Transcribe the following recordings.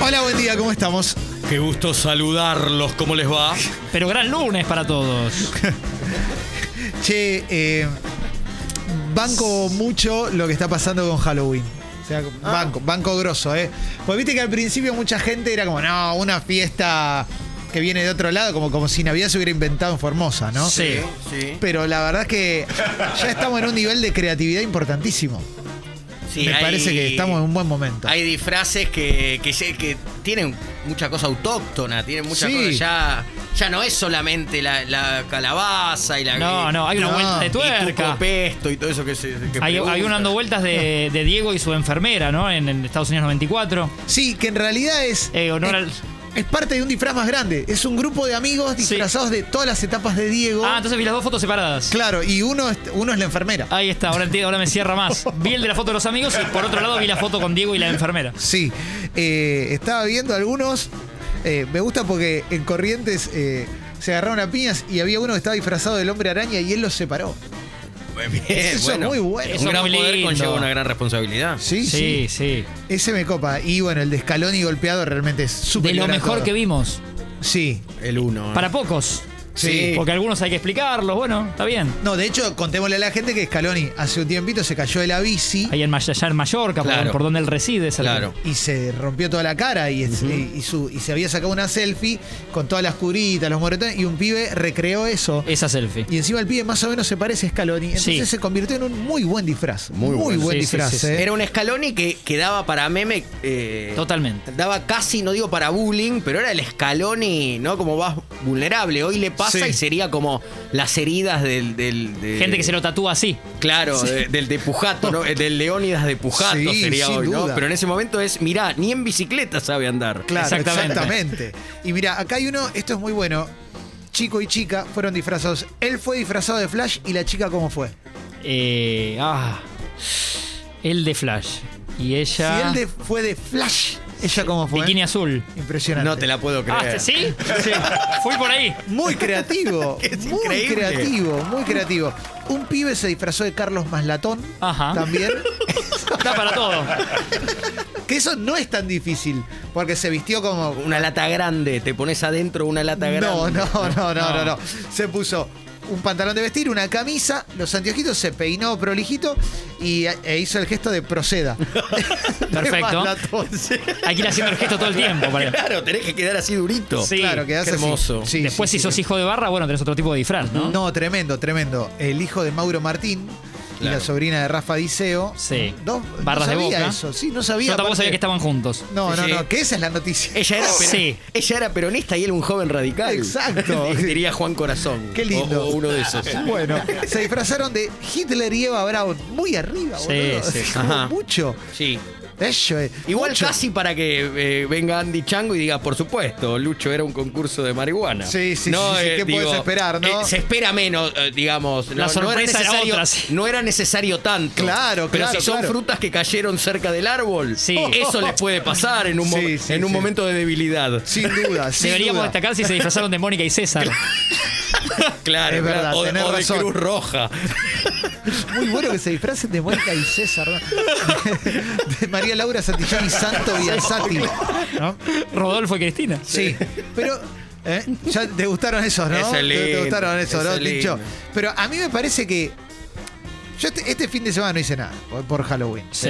Hola, buen día, ¿cómo estamos? Qué gusto saludarlos, ¿cómo les va? Pero gran lunes para todos. Che, eh, banco mucho lo que está pasando con Halloween. O sea, Ah. banco, banco grosso, ¿eh? Pues viste que al principio mucha gente era como, no, una fiesta que viene de otro lado, como, como si Navidad se hubiera inventado en Formosa, ¿no? Sí. Sí, Pero la verdad es que ya estamos en un nivel de creatividad importantísimo. sí, Me hay- parece que estamos en un buen momento. Hay disfraces que, que, se- que tienen mucha cosa autóctona, tienen mucha Sí. cosa ya. Ya no es solamente la, la calabaza y la. No, no, hay una No. vuelta de y tuerca. tucupesto y todo eso que se. que Hay, preguntan. hay un dando vueltas de, de Diego y su enfermera, ¿no? En, en Estados Unidos 94. Sí, que en realidad es. Eh, honor es, al- es parte de un disfraz más grande. Es un grupo de amigos disfrazados de todas las etapas de Diego. Ah, entonces vi las dos fotos separadas. Claro, y uno es, uno es la enfermera. Ahí está, ahora, entiendo, ahora me cierra más. Vi el de la foto de los amigos y por otro lado vi la foto con Diego y la enfermera. Sí, eh, estaba viendo algunos. eh, me gusta porque en Corrientes eh, se agarraron a piñas y había uno que estaba disfrazado del hombre araña y él los separó. Muy bien, Eso es bueno. muy bueno. Eso un gran muy poder lindo. conlleva una gran responsabilidad. Sí, sí, Sí, sí. Ese me copa. Y bueno, el de escalón y golpeado realmente es súper. De lo mejor que vimos. Sí. El uno. ¿eh? Para pocos. Sí. Porque algunos hay que explicarlos. Bueno, está bien. No, de hecho, contémosle a la gente que Scaloni hace un tiempito se cayó de la bici Ahí en, Maya- allá en Mallorca, por- Claro. por, donde él reside. es el- Claro. y se rompió toda la cara y, es- y- y su- y se había sacado una selfie con todas las curitas, los moretones, y un pibe recreó eso. Esa selfie. Y encima el pibe más o menos se parece a Scaloni. Entonces Sí. se convirtió en un muy buen disfraz. Muy, bueno. buen Sí, sí, disfraz. sí, sí. ¿eh? Era un escalón y que quedaba para meme. eh, Totalmente. Daba casi, no digo para bullying, pero era el escalón y no como más vulnerable. Hoy le pasa Sí. y sería como las heridas del. del- de- Gente que se lo tatúa así. Claro, de- del de Pujato, ¿no? Eh, del Leónidas de Pujato Sí, sería sin hoy, ¿no? duda. Pero en ese momento es, mirá, ni en bicicleta sabe andar. Claro, exactamente. Exactamente. Y mira, acá hay uno, esto es muy bueno. Chico y chica fueron disfrazados. Él fue disfrazado de Flash y la chica cómo fue. Eh, ah, el de Flash. Y ella. Si él de- fue de Flash, ella cómo fue. Bikini azul. Impresionante. No te la puedo Ah, creer. ¿sí? Sí. Fui por ahí. Muy creativo, Es muy increíble. creativo, muy creativo. Un pibe se disfrazó de Carlos Maslatón Ajá. también. Está para todo. que eso no es tan difícil, porque se vistió como Una lata grande, te pones adentro una lata No, grande. no, no, no, no, No. no. Se puso un pantalón de vestir, una camisa, los anteojitos, se peinó prolijito y e hizo el gesto de proceda. Perfecto. De Malatón. Hay que ir haciendo el gesto todo el tiempo. para- Claro, tenés que quedar así durito. Sí. Claro, quedás Qué así. hermoso. Sí, Después, sí, si sí. sos hijo de barra, bueno, tenés otro tipo de disfraz, ¿no? No, tremendo, tremendo. El hijo de Mauro Martín y Claro. la sobrina de Rafa Diceo. Sí. Dos, Barras no de sabía boca. eso. Sí, no sabía. Yo tampoco aparte- sabía que estaban juntos. No, Sí, no, sí. no, que esa es la Eh. noticia. Ella era, pera- Sí. ella era peronista y él un joven radical. Exacto. Diría Juan Corazón. Qué lindo. O, o uno de esos. Bueno, se disfrazaron de Hitler y Eva Braun. Muy arriba, Sí, boludo. sí. Como Ajá. Mucho. Sí. Eso es. Igual Mucho. casi para que eh, venga Andy Chango y diga, por supuesto, Lucho era un concurso de marihuana. eh, Sí, sí, sí, sí, ¿qué podés esperar, no? se espera menos, eh, digamos. La sorpresa era necesario, otra, sí. no era necesario tanto. Claro, Pero claro, si son claro. frutas que cayeron cerca del árbol, Sí. eso les puede pasar en un, mo- Sí, sí, en un sí. momento de debilidad. Sin duda, sin Deberíamos duda. destacar si se disfrazaron de Mónica y César. Claro, Es verdad, claro. tenés o, o de razón. Cruz Roja. Muy bueno que se disfracen de Mónica y César, ¿no? De María Laura Santillán y Santo Biasati. ¿no? Rodolfo y Cristina. Sí, pero ¿eh? ya te gustaron esos, ¿no? Eso es Te- te lindo, gustaron esos, eso ¿no, es Tincho? lindo. Pero a mí me parece que. Yo este, este fin de semana no hice nada por- por Halloween. Sí.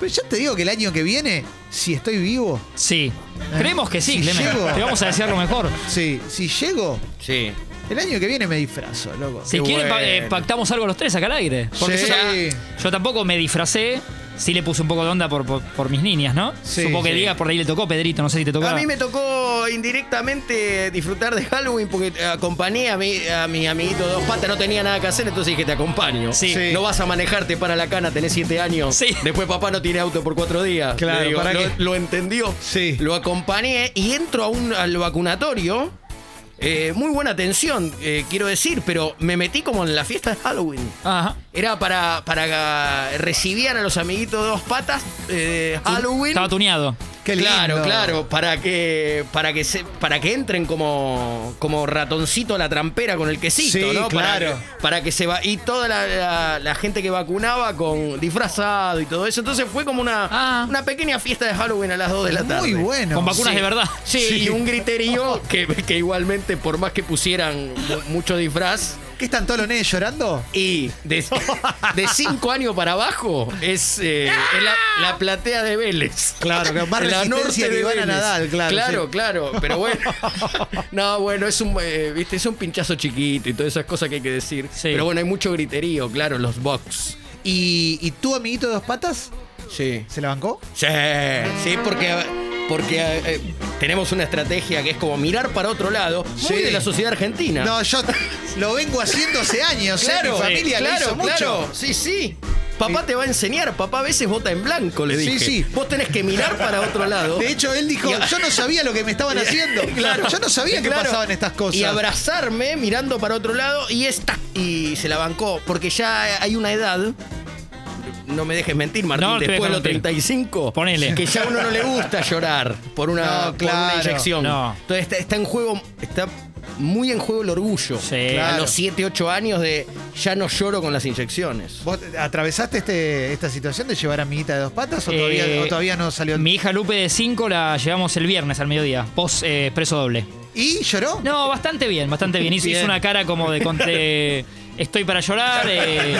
Pero ya te digo que el año que viene, si estoy vivo, Sí. Creemos que sí, Si Eh. llego. Clemente. Te vamos a decir lo mejor. sí, si llego, Sí. el año que viene me disfrazo, loco. Si Qué quieren, pa- bueno. eh, pactamos algo los tres acá al aire. Porque Sí. yo, tam- yo tampoco me disfracé. Sí le puse un poco de onda por, por- por mis niñas, ¿no? Sí, Supongo que sí. diga, por ahí le tocó Pedrito, no sé si te tocó. A mí me tocó indirectamente disfrutar de Halloween porque eh, acompañé a mi, a mi amiguito de dos patas, no tenía nada que hacer, entonces dije, te acompaño. Sí. Sí. No vas a manejarte para la cana, tenés siete años. Sí. Después papá no tiene auto por cuatro días. Claro, Le ¿para lo, qué? lo entendió. Sí. Lo acompañé y entro a un, al vacunatorio. Eh, muy buena atención, eh, quiero decir, pero me metí como en la fiesta de Halloween. Ajá. Era para, para eh, recibían a los amiguitos de dos patas eh, Halloween. Estaba tuneado. Qué lindo. Claro, claro, para que para que se, para que entren como como ratoncito a la trampera con el Sí, quesito, ¿no? Para claro. que- Para, que se va y toda la, la- la gente que vacunaba con disfrazado y todo eso, entonces fue como una Ah. una pequeña fiesta de Halloween a las 2 de la tarde. Muy bueno. con vacunas sí. de verdad. Sí, Sí. y un griterío que, que igualmente por más que pusieran mu- mucho disfraz ¿Qué están todos los nenes llorando? y de, de cinco años para abajo es, eh, es la, la platea de Vélez. Claro, que más En la norte resistencia de que Ivana Vélez. Nadal, claro. Claro, sí. claro, pero bueno. No, bueno, es un, eh, viste, es un pinchazo chiquito y todas esas cosas que hay que decir. Sí. Pero bueno, hay mucho griterío, claro, los box. ¿Y, ¿Y tu amiguito de dos patas Sí. se la bancó? Sí, sí, porque, porque eh, tenemos una estrategia que es como mirar para otro lado, muy Sí. de la sociedad Ah. argentina. No, yo lo vengo haciendo hace años. ¿eh? Claro, Mi familia lo claro, hizo mucho. claro. Sí, sí. Papá te va a enseñar, papá a veces vota en blanco, le Sí, dije. sí. Vos tenés que mirar para otro lado. De hecho, él dijo, yo no sabía lo que me estaban haciendo. Claro. Yo no sabía que Claro. pasaban estas cosas. Y abrazarme mirando para otro lado y esta y se la bancó porque ya hay una edad no me dejes mentir, Martín, No, te después de dejo los mentir. 35, Ponele. que ya a uno no le gusta llorar por una, No, por una claro. inyección. No. Entonces está, está en juego, está muy en juego el orgullo. Sí. A Claro. los 7, 8 años de ya no lloro con las inyecciones. ¿Vos atravesaste este, esta situación de llevar amiguita de dos patas o todavía, Eh, o todavía no salió? el- Mi hija Lupe de 5 la llevamos el viernes al mediodía, post eh, expreso doble. ¿Y lloró? No, bastante bien, bastante bien. Hizo, hizo Bien. una cara como de, con- de, estoy para llorar, eh,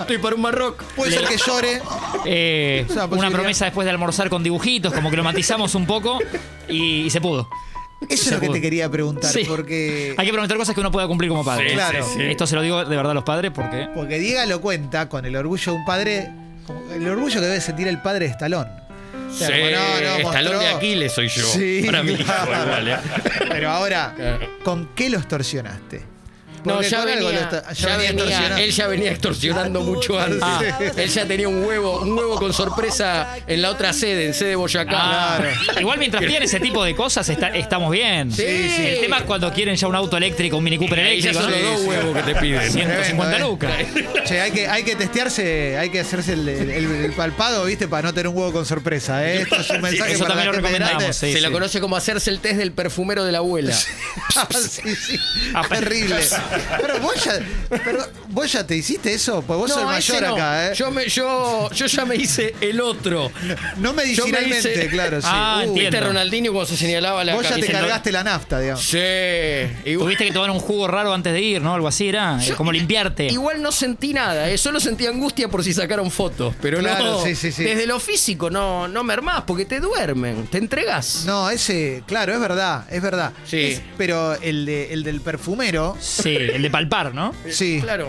Estoy para un Marroc. Puede ser que llore. eh, Es una una posibilidad. promesa después de almorzar con dibujitos, como que lo matizamos un poco y, y se pudo. Eso es lo que te quería preguntar, Sí. porque. Hay que prometer cosas que uno pueda cumplir como padre. Sí, Claro. sí, sí. Esto se lo digo de verdad a los padres porque... Porque Diego lo cuenta con el orgullo de un padre, como el orgullo que debe sentir el padre de Estalón. Sí, Estalón de Aquiles soy yo, para mi hijo igual, ¿eh? Pero ahora, Claro. ¿con qué lo extorsionaste? No, Porque ya con algo venía, lo extor- ya venía- extorsionado. él ya venía extorsionando mucho antes. Ah. Él ya tenía un huevo, un huevo con sorpresa en la otra sede, en sede Boyacá. Ah, Igual mientras piden ese tipo de cosas está- estamos bien. Sí, sí. El tema es cuando quieren ya un auto eléctrico, un mini Cooper Ahí ya eléctrico. son los ¿no? dos huevos que te piden. Tremendo, 150 ¿eh? lucas. Che, hay que, hay que testearse, hay que hacerse el, el- el palpado, ¿viste? Para no tener un huevo con sorpresa, ¿eh? Esto es un mensaje eso para la también lo gente recomendamos, grande. sí. Se lo ¿eh? conoce como hacerse el test del perfumero de la abuela. sí, sí. Ah, pero- Terrible. Pero vos, ya, pero vos ya te hiciste eso, pues vos sos el ese mayor no. acá, ¿eh? yo, me, yo, yo ya me hice el otro. no medicinalmente, yo me hice- claro, sí. Ah, entiendo. Este Ronaldinho cuando se señalaba la vos ya te camiseta. cargaste la nafta, digamos. Sí. Igual, Tuviste que tomar un jugo raro antes de ir, ¿no? Algo así era. eh, Yo- como limpiarte. igual no sentí nada, eh, solo sentí angustia por si sacaron fotos. Pero Claro, no, sí, sí, sí. desde lo físico no, no mermás porque te duermen, te entregas. No, ese, claro, es verdad, es verdad. Sí. Es- pero el, de, el del perfumero, Sí, el de palpar, ¿no? sí. Claro.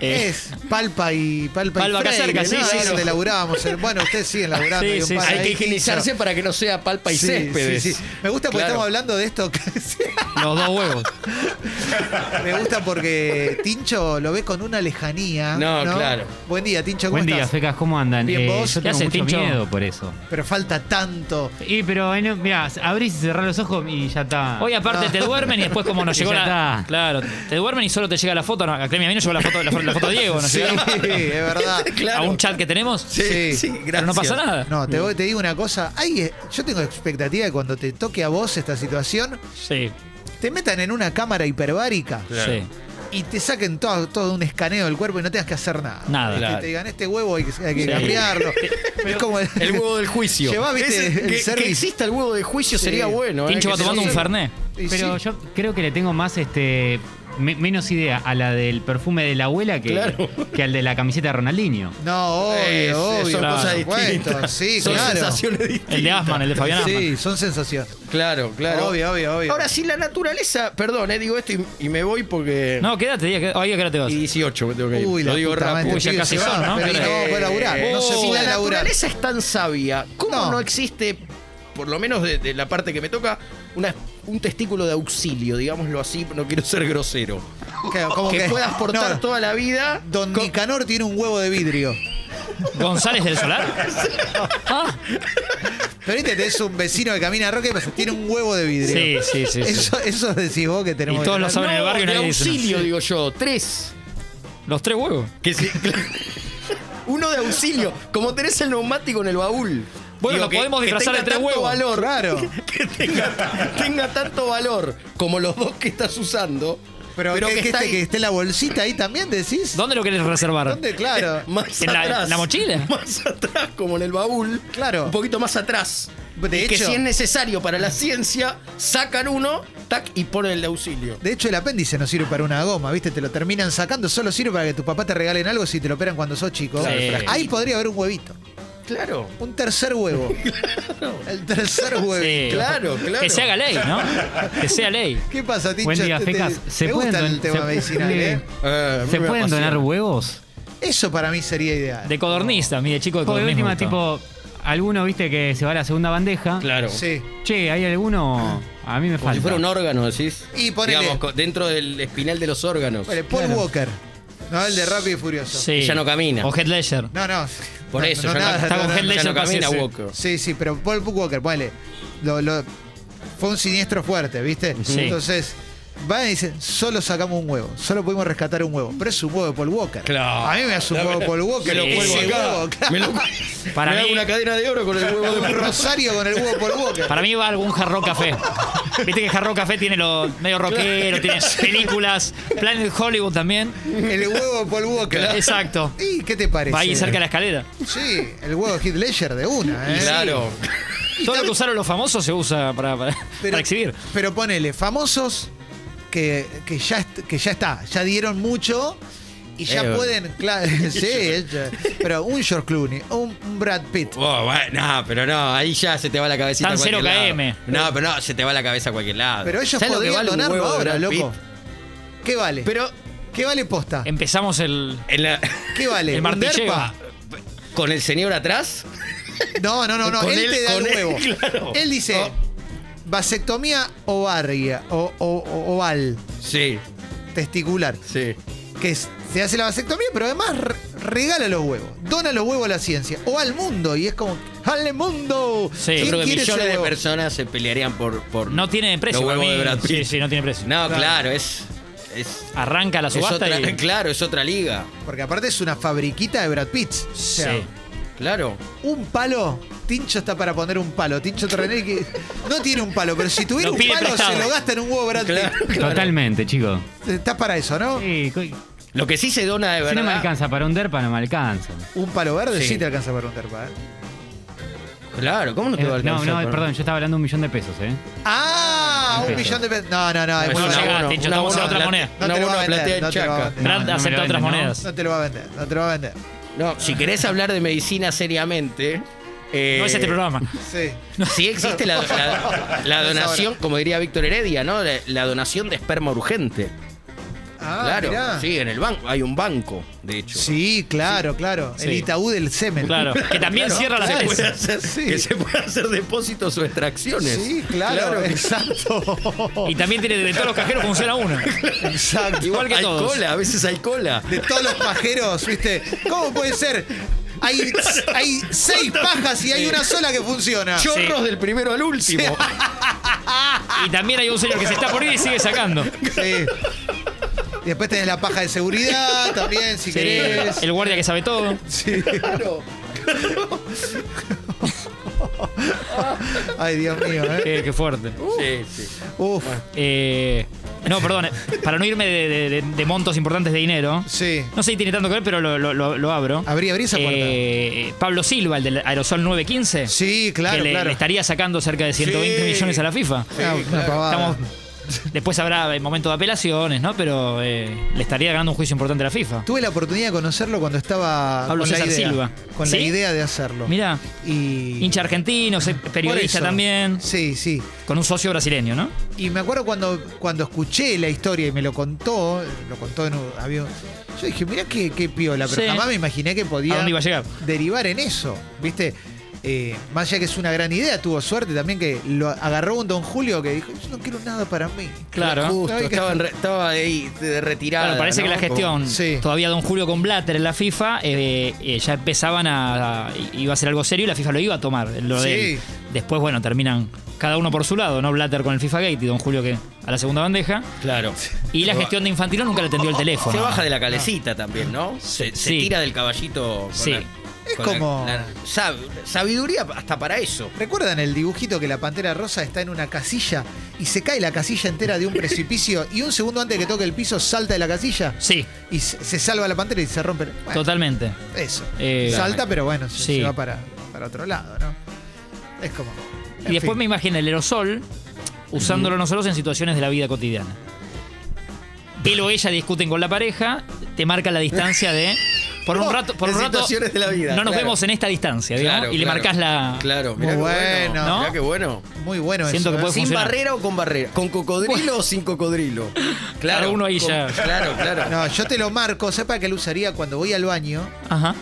Eh, Es palpa y palpa, Palpa y acá Freire, cerca, sí, ¿no? sí, Ahí sí. donde laburábamos. Bueno, ustedes siguen laburando. Sí, hay un sí, par sí. ahí. Hay que higienizarse para que no sea palpa y Sí, céspedes. sí, sí. Me gusta porque Claro. estamos hablando de esto. que- Los dos huevos. Me gusta porque Tincho lo ve con una lejanía. No, claro. Buen día, Tincho, ¿cómo Buen día, estás? Fecas, ¿cómo andan? Eh, Bien, ¿vos? Yo ¿Qué tengo haces, mucho Tincho? miedo por eso. Pero falta tanto. Y pero, bueno, mira, abrís y cerrás los ojos y ya está. Hoy aparte No. te duermen y después como nos Y llegó ya la... está. Claro, te duermen y solo te llega la foto. No, a Clemi, a mí no llegó la foto, la, fo- la foto de Diego, ¿no? Sí, llegó es verdad. a Claro. un chat que tenemos. Sí. Sí, sí, gracias. Pero no pasa nada. No, te, voy- te digo una cosa. Ay, yo tengo expectativa de cuando te toque a vos esta situación, Sí, te metan en una cámara hiperbárica sí. y te saquen todo, todo un escaneo del cuerpo y no tengas que hacer nada. Nada. Que te digan, este huevo hay que, hay que Sí. cambiarlo. es como El huevo del juicio. Llevá, viste, Ese- el que, service. que exista el huevo del juicio Sí. sería bueno. eh, Tincho que va se- tomando un fernet. Y Pero sí. yo creo que le tengo más este me- menos idea a la del perfume de la abuela que, Claro. que al de la camiseta de Ronaldinho. No, obvio, Es- obvio. son por cosas supuesto. distintas. Sí, Son claro. sensaciones distintas. El de Asman, el de Fabián Asman. Sí, son sensaciones. Claro, claro. Obvio, obvio, obvio. Ahora sí, la naturaleza. Perdón, eh, digo esto y, y me voy porque. No, quédate, Diego. que- Oye, ¿a qué hora te vas? Y 18 me tengo que ir. Uy, la Lo digo puta madre, rápido. este ya pibe casi se son, ¿no? Pero no Eh, va a poder laburar, no se puede oh, Si la laburar. naturaleza es tan sabia, ¿cómo no, No. existe, por lo menos de, de la parte que me toca, una- un testículo de auxilio, digámoslo así, no quiero ser grosero. Que, como que, puedas portar no, toda la vida. Don con- Nicanor tiene un huevo de vidrio. ¿González del Solar? Ah, Pero viste, tenés un vecino que camina a Roque y pasa, tiene un huevo de vidrio. sí, sí, sí. sí. Eso, eso decís vos que tenemos. Y todos que lo hablar. saben en el barrio y de nadie dice nada. auxilio, digo yo. Tres. Los tres huevos. Que sí, claro. Uno de auxilio, como tenés el neumático en el baúl. Bueno, Digo, lo podemos disfrazar tenga de tres tanto huevos. valor, Claro. Que tenga, tenga tanto valor como los dos que estás usando. Pero, que, que está esté, ahí que esté la bolsita ahí también, decís. ¿Dónde lo querés reservar? ¿Dónde? Claro. más ¿En la- atrás. en la mochila? Más atrás, como en el baúl. Claro. Un poquito más atrás. De Y que hecho- si es necesario para la ciencia, sacan uno, tac, y ponen el de auxilio. De hecho, el apéndice no sirve para una goma, ¿viste? Te lo terminan sacando, solo sirve para que tu papá te regalen algo si te lo operan cuando sos chico. Claro, el frasquito. Ahí podría haber un huevito. Claro. Un tercer huevo. El tercer huevo. Sí. Claro, claro. Que se haga ley, ¿no? Que sea ley. ¿Qué pasa, Tincho? Buen día, Te- te- fecas. ¿Se me pueden gusta el don- tema se- medicinal, ¿eh? ¿Se pueden donar huevos? Eso para mí sería ideal. De codorniz también, de chico de Porque de codorniz. me última, gusta. tipo, alguno viste que se va a la segunda bandeja. Claro. Sí. Che, ¿hay alguno? A mí me Como falta. si fuera un órgano, decís. Y ponele- Digamos, co- dentro del espinal de los órganos. Vale, Paul Walker. No, el de Rápido y Furioso. Sí. Y ya no camina. O Head Ledger. No, no. Por No, eso, no, ya no- nada, no, está con no, Heath no. Ledger. ya no camina pase ese. Walker. Sí, sí, pero Paul Walker, ponele. Lo, lo- fue un siniestro fuerte, ¿viste? Sí. Entonces, van y dicen, solo sacamos un huevo, solo pudimos rescatar un huevo. Pero es un huevo de Paul Walker. Claro. A mí me hace un huevo de Paul Walker. Me lo Ese cuelgo acá. huevo, claro. Me lo cuelgo. Para Me mí- hago una cadena de oro con el huevo de Un perro. rosario con el huevo de Paul Walker. Para mí va algún jarro café. Viste que jarro café tiene lo medio rockero, tiene películas, Planet Hollywood también. El huevo de Paul Walker. Exacto. ¿Y qué te parece? Va ahí cerca de la escalera. Sí, el huevo de Heath Ledger de una, ¿eh? Claro. Todo lo que usaron los famosos se usa para, para, para exhibir. Pero ponele, famosos que, que, ya, est- que ya está, ya dieron mucho y ya Eh, pueden, claro, sí, ella- pero un George Clooney, un, un Brad Pitt. Oh, bueno, no, pero no, ahí ya se te va la cabecita Tan a cualquier 0 lado. KM. No, pero no, se te va la cabeza a cualquier lado. Pero ellos ¿Sabes lo que podrían vale un donarlo huevo de ahora, Brad Pitt? loco. ¿Qué vale? Pero ¿Qué vale posta? Empezamos el. en la- ¿Qué vale? el ¿Un martilleo. derpa? con el señor atrás, No, no, no, no. Con Él, él- te da el con él, huevo. claro. Él dice No. vasectomía ovaria o, o- o- oval, sí, testicular. sí. que es- se hace la vasectomía, pero además re- regala los huevos, dona los huevos a la ciencia o al mundo. Y es como, ¡al mundo! Sí, ¿Quién Yo creo que quiere ese millones de huevo? personas se pelearían por, por No tiene precio. los para huevos mí. de Brad Pitt. Sí, sí, no tiene precio. No, claro, es es, Arranca la es subasta otra, y. claro, es otra liga. Porque aparte es una fabriquita de Brad Pitt. O sea, Sí. Claro. un palo. Tincho está para poner un palo. Tincho Torrenelli que no tiene un palo, pero si tuviera Lo un pide palo prestado. se lo gasta en un huevo Brad Claro, Pitt. claro. Totalmente, chicos. Estás para eso, ¿no? Sí, co- si Lo que sí se dona de verdad. no me alcanza para un derpa, no me alcanza. Un palo verde sí, Sí. te alcanza para un terpa. ¿eh? Claro, ¿cómo no te va a Eh, No, alcanzar? no, para- perdón, yo estaba hablando de un millón de pesos, ¿eh. Ah, un Perfecto. millón de pesos. No, no, no. es Es muy no una barato. llega, bono- Tincho, una estamos en bono otra pla- moneda. No una te lo va bono a platea vender. en No te lo va a Chaca. vender. Brad no me lo acepta venden, otras ¿no? monedas. No te lo va a vender. No te lo va a vender. No, si querés hablar de medicina seriamente. eh, No es este programa. Sí. Sí existe la, la- la No es donación, como diría Víctor Heredia, ¿no? La, la donación de esperma urgente. Ah, claro. mirá. Sí, en el banco. Hay un banco, de hecho. Sí, claro, claro. El Sí. Itaú del semen. Claro. Que también cierra las Se claro. puede hacer- Sí. Que se puede hacer depósitos o extracciones. Sí, claro, exacto. Y también tiene de todos los cajeros funciona uno. exacto. Igual que hay todos. cola, a veces hay cola. De todos los pajeros, ¿viste? ¿Cómo puede ser? Hay, hay seis pajas y hay una sola que funciona. Chorros del primero al último. Y también hay un señor que se está por ir y sigue sacando. Sí. Y Después tenés la paja de seguridad también, si Sí, querés. Eh, El guardia que sabe todo. Sí. Ay, Dios mío, ¿eh? Qué, qué fuerte. Sí, sí. Uf, Eh, no, perdón. eh, Para no irme de, de- de- de montos importantes de dinero. sí. No sé si tiene tanto que ver, pero lo, lo- lo- lo abro. Abrí, abrí esa puerta. Eh, Pablo Silva, el del Aerosol 915. Sí, que claro, le, claro. le estaría sacando cerca de 120 Sí. millones a la FIFA. Ah, una pavada. Estamos, después habrá el momento de apelaciones, ¿no? Pero eh, le estaría ganando un juicio importante a la FIFA. Tuve la oportunidad de conocerlo cuando estaba Pablo con, la César idea, Silva. con ¿Sí? la idea de hacerlo. Mira, y hincha argentino, se- periodista Por eso. también, Sí, sí. con un socio brasileño, ¿no? Y me acuerdo cuando, cuando escuché la historia y me lo contó, lo contó en un avión. Yo dije, mirá qué, qué piola, pero Sí. jamás me imaginé que podía ¿A dónde iba a llegar? derivar en eso, ¿viste? Eh, más allá que es una gran idea, tuvo suerte también que lo agarró un don Julio que dijo, yo no quiero nada para mí. Claro. Justo, estaba, en re- estaba ahí de retirada. Bueno, parece que ¿no? la gestión, Sí. todavía don Julio con Blatter en la FIFA, eh, eh, ya empezaban a, a- iba a ser algo serio y la FIFA lo iba a tomar. lo de Sí. él. Después, bueno, terminan cada uno por su lado, ¿no? Blatter con el FIFA Gate y don Julio que a la segunda bandeja. Claro. Y la gestión de Infantino nunca le atendió el teléfono. Se baja de la calecita también, ¿no? Se, se Sí. tira del caballito. con Sí. la- Es con la- como- la- sab- sabiduría hasta para eso. ¿Recuerdan el dibujito que la pantera rosa está en una casilla y se cae la casilla entera de un precipicio y un segundo antes de que toque el piso salta de la casilla Sí, y se se salva la pantera y se rompe? Bueno, totalmente. Eso. Eh, salta, pero bueno, se, Sí. se va para, para otro lado, ¿no? Es como. en Y después fin. me imagino el aerosol usándolo nosotros en situaciones de la vida cotidiana. Él o ella discuten con la pareja, te marca la distancia de. Por un No, rato, por en un rato, situaciones de la vida, No nos claro. vemos en esta distancia, digamos, Claro, y le claro. marcas la. Claro, Muy mirá qué bueno, bueno. ¿no? mirá qué bueno. Muy bueno Siento eso. que ¿eh? puede ¿Sin funcionar. barrera o con barrera? ¿Con cocodrilo o sin cocodrilo? Cada uno ahí con- ya. Claro, claro. No, yo te lo marco, sepa que lo usaría cuando voy al baño, Ajá.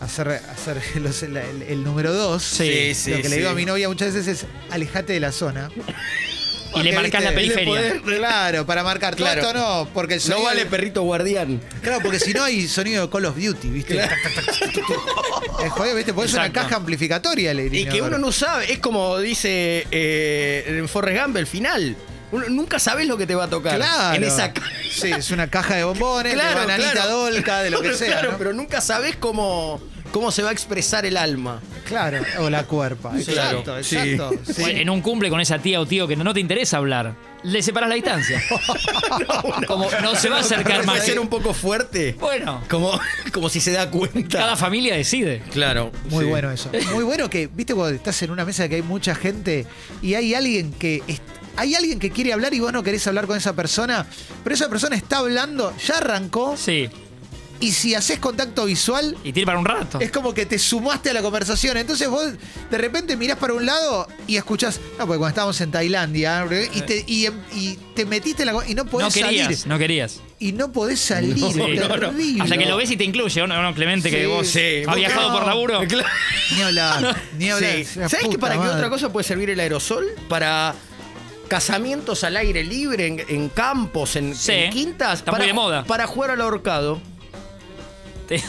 hacer, hacer los- la- el, el número dos. Sí, sí, lo que le digo sí. a mi novia muchas veces es alejate de la zona. Y le Porque, marcas la viste, periferia. Claro, para marcar. Claro. Claro. Esto no, porque el sonido. No vale perrito guardián. Claro, porque si no hay sonido de Call of Duty, ¿viste? Es jodido, ¿viste? Porque es una Exacto. caja amplificatoria, le Y diría. que uno no sabe, es como dice eh, en Forrest Gump, el final. Uno nunca sabes lo que te va a tocar. Claro. En esa ca- Sí, es una caja de bombones, de bananita dolca, de lo que Claro, sea. Claro, ¿no? pero nunca sabes cómo, cómo se va a expresar el alma. Claro, o la cuerpa. Sí. Exacto, Claro, sí. exacto. sí. O En un cumple con esa tía o tío que no, no te interesa hablar, le separas la distancia. Como no se va a acercar Puede más. ser un poco fuerte. Bueno, Como, como si se da cuenta. cada familia decide. Claro. Muy sí. bueno eso. Muy bueno que, viste, cuando estás en una mesa que hay mucha gente y hay alguien que. es- Hay alguien que quiere hablar y vos no querés hablar con esa persona, pero esa persona está hablando, ya arrancó, Sí. y si haces contacto visual, Y tiene para un rato. es como que te sumaste a la conversación. Entonces vos de repente mirás para un lado y escuchás, no, porque cuando estábamos en Tailandia, ¿eh? y te, y, y te metiste en la. co- y no No podés querías, salir. no querías. Y no podés salir. Sí. terrible. Hasta que lo ves y te incluye, ¿o no, no, Clemente, que Sí, vos sí. has viajado No. por laburo? Claro. Ni hablar, ni hablar. Sí. La ¿Sabes que puta para qué madre. otra cosa puede servir el aerosol? Para casamientos al aire libre, en, en campos, en, Sí. en quintas. Está muy para, de moda. Para jugar al ahorcado. Te-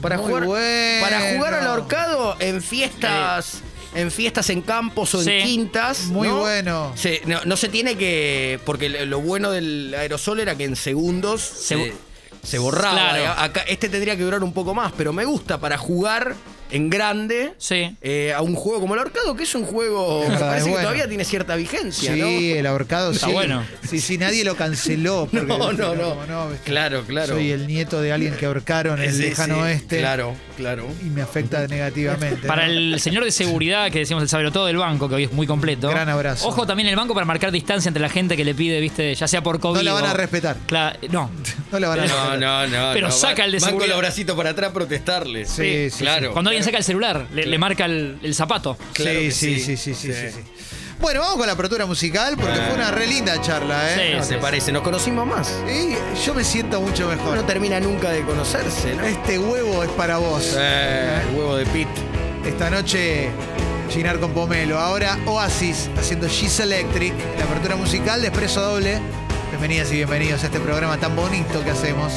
Para Muy jugar, bueno. para jugar al ahorcado en fiestas. En fiestas en campos o en Sí. quintas. Muy ¿no? bueno. Se- no, no se tiene que. Porque lo lo bueno del aerosol era que en segundos se, bo- se borraba. Claro. Acá- este tendría que durar un poco más, pero me gusta para jugar en grande Sí. eh, a un juego como el ahorcado, que es un juego. Es me verdad, parece es que bueno. todavía tiene cierta vigencia, Sí, el ahorcado Está sí. bueno. Sí, sí, nadie lo canceló. porque, No, viste, no, no. como, no, viste, Claro, claro. Soy el nieto de alguien que ahorcaron ¿no? en el Sí, lejano sí, oeste. Claro, claro. Y me afecta negativamente. Para ¿no? el señor de seguridad, que decimos el sabero todo del banco, que hoy es muy completo. Gran abrazo. Ojo también el banco para marcar distancia entre la gente que le pide, viste, ya sea por COVID. No la van a o- respetar. Cla- no. No la van a No, respetar. no, no. Pero no, saca van- el de Van con seguridad. los bracitos para atrás a protestarle. Sí, sí, sí. claro. Cuando alguien saca el celular, le, le marca el, el zapato. Claro sí, que sí, sí, sí, sí. sí, sí, Sí. sí. Bueno, vamos con la apertura musical porque fue una re linda charla, ¿eh? Sí, se parece, nos conocimos más. Y yo me siento mucho No mejor. termina nunca de conocerse, ¿no? Este huevo es para vos. Eh, el huevo de Pit. Esta noche, Ginar con Pomelo. Ahora Oasis haciendo She's Electric. La apertura musical de Expreso Doble. Bienvenidas y bienvenidos a este programa tan bonito que hacemos.